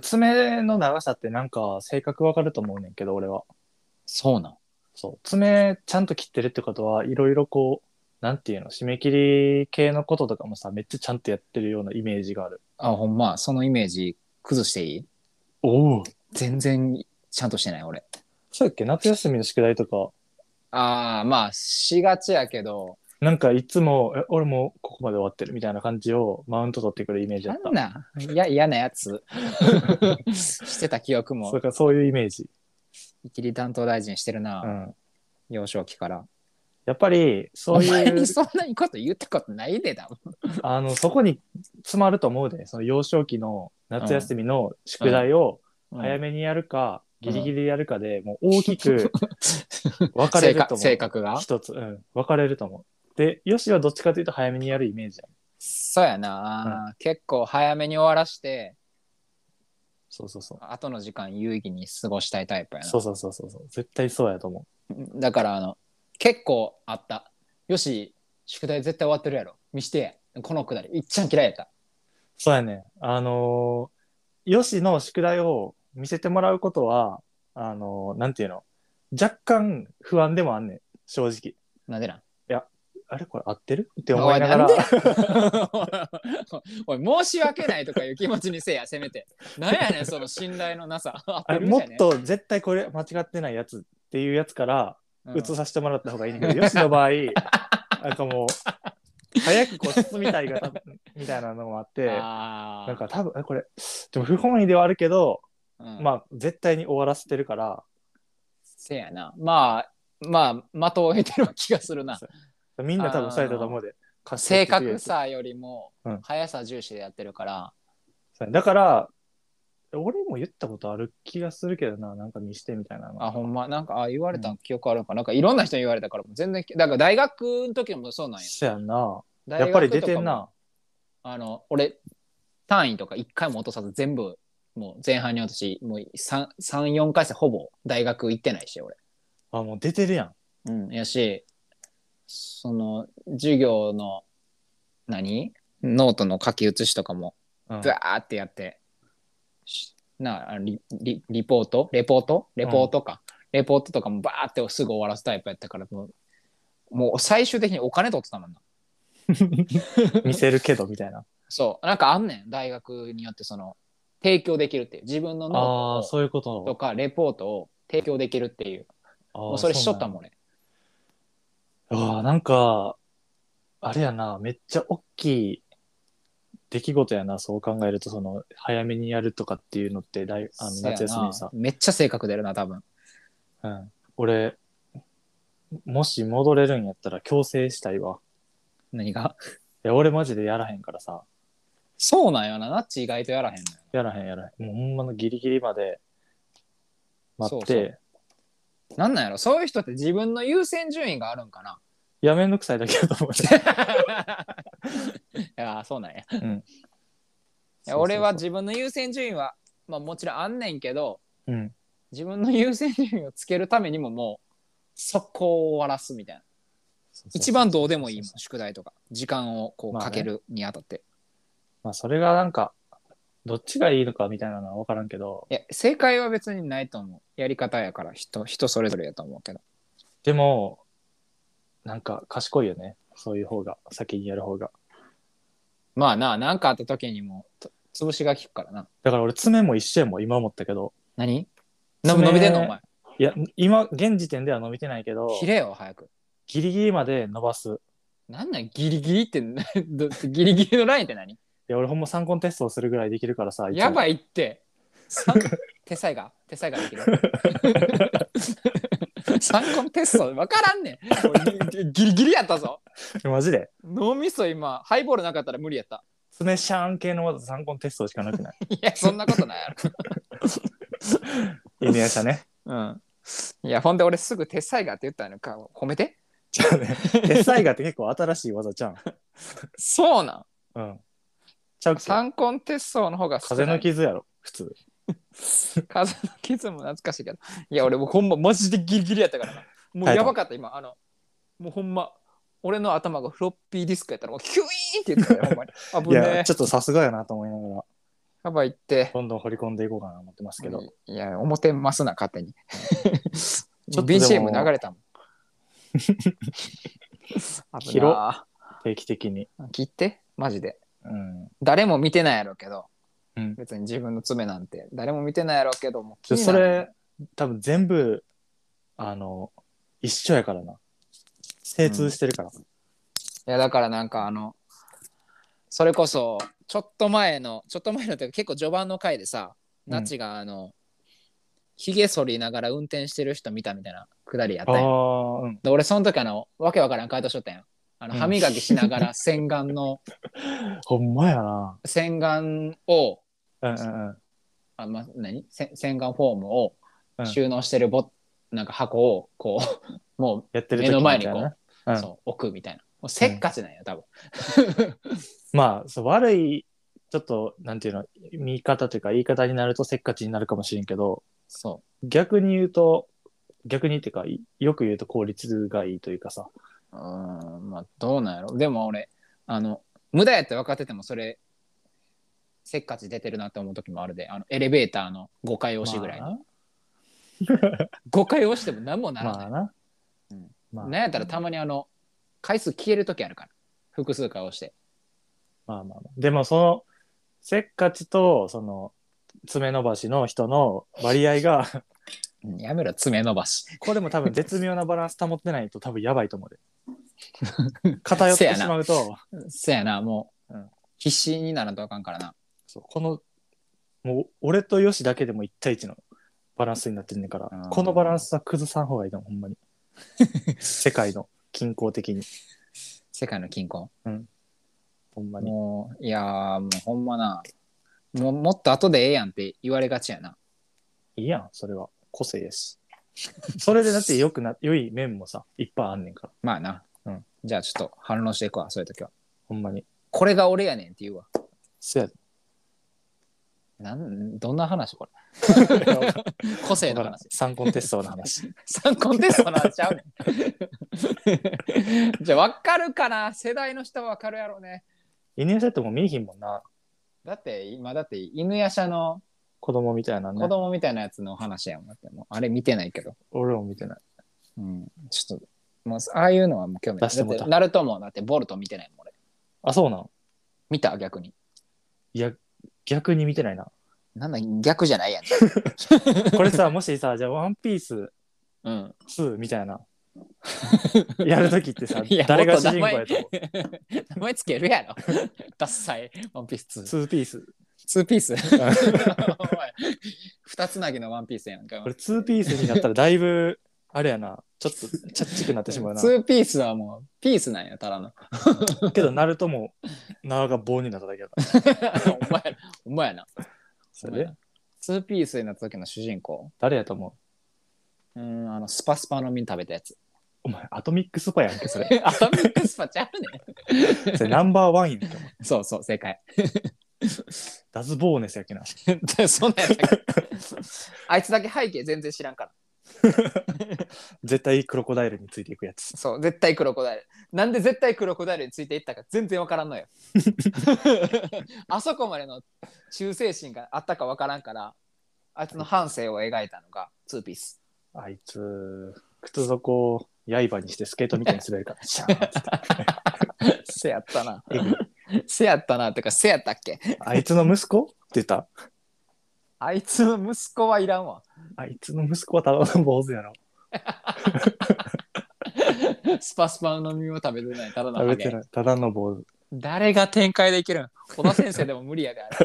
爪の長さってなんか性格わかると思うねんけど俺はそうなん。そう爪ちゃんと切ってるってことはいろいろこうなんていうの締め切り系のこととかもさめっちゃちゃんとやってるようなイメージがあるあ、ほんま、そのイメージ崩していいおお全然ちゃんとしてない、俺。そうやっけ夏休みの宿題とかああ、まあ、しがちやけど、なんかいつもえ俺もうここまで終わってるみたいな感じをマウント取ってくるイメージだなったんなんいや、嫌なや つ。してた記そ憶うも、かそういうイメージ、一り担当大臣してるな、うん、幼少期から。やっぱりそおうい前うにそんなこと言ったことないでだもん。あのそこに詰まると思うでその幼少期の夏休みの宿題を 早めにやるか、うんギリギリでやるかでもう大き く分かれると思う性格性格が一つ、うん、分かれると思うでよしはどっちかというと早めにやるイメージやそうやな、結構早めに終わらして、そうそうそう後の時間有意義に過ごしたいタイプやな。そうそうそうそうそう絶対そうやと思だからあの結構あった。よし、宿題絶対終わってるやろ。見してや。このくだり、いっちゃん嫌いやった。うそうやねあのーよしの宿題を見せてもらうことはあのーなんていうの若干不安でもあんねん正直なんでなんあれこれ合ってるって思いながらおいなんでや おい申し訳ないとかいう気持ちにせえやせめてなんやねんその信頼のなさ あ合てれるもじっゃねと絶対これ間違ってないやつっていうやつからうん移させてもらった方がいいん だけど、よしの場合なんかもう早く個室みたいが多分みたいなのもあってあーなんか多分えこれでも不本意ではあるけど、うんまあ絶対に終わらせてるからせやなまあまあ的を得てる気がするなそうみんな多分そうやったと思うで正確さよりもうん速さ重視でやってるから、そうだから俺も言ったことある気がするけどななんか見してみたいなのあほんまなんかあ言われた記憶あるのか、なんかいろんな人に言われたからもう全然だから大学の時もそうなんやそうやんな大やっ学ぱり出てとんかもなあの俺単位とか一回も落とさず全部もう前半に落としもう34回生ほぼ大学行ってないし俺あもう出てるやんうんやしその授業の何ノートの書き写しとかもうんブワーってやって、しなあリリリポートレポートレポートか、レポートとかもバーってすぐ終わらすタイプやったからもうもう最終的にお金取ってたもんな見せるけどみたい なそうなんかあんねん大学によってその提供できるっていう自分のノああートそういうこをととかレポートを提供できるっていうもうそれしとったもんねんああなんかあれやなめっちゃ大きい出来事やなそう考えるとその早めにやるとかっていうのって大あのそうやな夏休みにさ、めっちゃ性格出るな多分うん、俺もし戻れるんやったら強制したいわ何がいや俺マジでやらへんからさそうなんよなナッチ意外とやらへんのよやらへんやらへんもうほんまのギリギリまで待ってそうそうなんなんやろそういう人って自分の優先順位があるんかないやめんどくさいだけだと思 ういやそうなんやいそうそうそやう俺は自分の優先順位は、まあ、もちろんあんねんけどうん自分の優先順位をつけるためにももう速攻を終わらすみたいなそうそうそう一番どうでもいいもんそうそう宿題とか時間をこまうあねかけるにあたって、まあそれがなんかどっちがいいのかみたいなのは分からんけどいや正解は別にないと思うやり方やから人人それぞれやと思うけどでも、なんか賢いよね。そういう方が、先にやる方が。まあなあ何かあった時にもと潰しが効くからなだから俺、爪も一緒やもん、今思ったけど。何伸び伸びてんのお前いや、今、現時点では伸びてないけど、切れよ早くギリギリまで伸ばす。いなんなんギリギリって などギリギリのラインって何や、俺ほんま参考テストをするぐらいできるからさ、やい。ばいって。さ手さいが手さいができる。参考のテスト分からんねん俺。ギリギリやったぞ。マジで。脳みそ今、ハイボールなかったら無理やった。爪シャーン系の技参考テストしかなく ない。いや、そんなことないやイメージだね。ろ。うん。いや、ほんで俺すぐ手さいがって言ったのか、褒めて。じゃあ ね、手サイガって結構新しい技じゃん。そうなん。うん。ちゃうっけ参考のテストの方が少な風いの傷やろ、普通。 風の傷も懐かしいけど。いや、俺もうほんまマジでギリギリやったからな。もうやばかった今。あの、もうほんま、俺の頭がフロッピーディスクやったら、もうキュイーンって言ってたよ、ほんまに。 い危ねや、えち。ょっとさすがやなと思いながら、やばいって。どんどん掘り込んでいこうかなと思ってますけど、いや、思ってますな、勝 手に。ちょっとでも BCM 流れたもん。危広な定期的に。切って、マジで。うん。誰も見てないやろうけど、うん別に自分の爪なんて、誰も見てないやろうけど、もう気でになそるれ、多分全部、あの、一緒やからな。精通してるから。いやだからなんかあのそれこそちょっと前のちょっと前のっていうか結構序盤の回でさ、うんナチがあのひげ剃りながら運転してる人見たみたいなくだりやったあんやあ、うん。で俺その時あのわけわからん回答しとったんやあのうん歯磨きし ながら洗顔のほんまやな。洗顔をうんうんうん。あ、ま、何せ洗顔フォームをうん収納してるボ、なんか箱をこう もやってる目の時前みにたこいうな。う,、うんそう置くみたいなもうせっかちなんや多分、まあそう悪いちょっとなんていうの見方というか言い方になるとせっかちになるかもしれんけどそ逆に言うと逆にっていうかいよく言うと効率がいいというかさううーんまあどうなんやろでも俺あの無駄やって分かっててもそれせっかち出てるなって思う時もあるであのエレベーターの5回押しぐらいに、ま5回押しても何もなあらなない、まあな、うんまあなんやったらたまにあの回数消える時あるから複数回押してまあまあまあでもそのせっかちとその爪伸ばしの人の割合 がうんやめろ爪伸ばしこれも多分絶妙なバランス保ってないと多分やばいと思う で偏っせやてなしまうとそやなもう、うん必死にならんとあかんからなそうこのもう俺とヨシだけでも1対1のバランスになってんねんから、うんこのバランスは崩さん方がいいと思うほんまに世界の均衡的に世界の均衡ほんまにもういやーもうほんまなもうもっと後でええやんって言われがちやないいやんそれは個性やしそれでだって良くな良い面もさいっぱいあんねんからまあな、うんじゃあちょっと反論していくわそういう時はほんまにこれが俺やねんって言うわそ やなんどんな話こでれ個性の話参考テストの話参考テストの話ちゃうねん じゃあわかるかな世代の人はわかるやろうね犬やしってもう見えひんもんなだって今だって犬やしゃの子供みたいなね子供みたいなやつの話やもんだってもうあれ見てないけど俺も見てないうんちょっと、もう、ああいうのはもう興味ない。出してもうただってナルトも、だって、ボルト見てないもん、俺。あそうなん見た逆に。いや逆に見てないななんだ、逆じゃないやん。これさもしさじゃあ「ワンピースうん。 2みたいなやるときってさいや誰が主人公やと思もっ 名前つけるやろ。ダッサい。ワンピースう2。 2ピースツーピース。 お前二つなぎのワンピースやんか。これ2ピースになったらだいぶあれやなちょっとチャッチくなってしまうなツーピースはもう、ピースなんや、ただ の。けどナルトも縄が棒になっただけだからお前ら、お前やな。それお前でらツーピースになった時の主人公。誰やと思ううん、あの、スパスパの実食べたやつ。お前アトミックスパやんけそれアトミックスパちゃうねん。それナンバーワンやんけお前そうそう、正解。ダズボーネスやっけなそんなんやったっけあいつだけ背景全然知らんから。絶対クロコダイルについていくやつそう、絶対クロコダイル。なんで絶対クロコダイルについていったか全然わから んのよ。あそこまでの忠誠心があったかわからんから、あいつの半生を描いたのがツーピース。あいつ靴底を刃にしてスケートみたいに滑るからシャーンっつってせやったな えぐ。せやったなってか、せやったっけあいつの息子って言ったあいつの息子はいらんわ。あいつの息子はただの坊主やろスパスパの実を食べてない、ただの食ハべてゲ。ないただの坊主誰が展開できるん小田先生でも無理やで、あれ。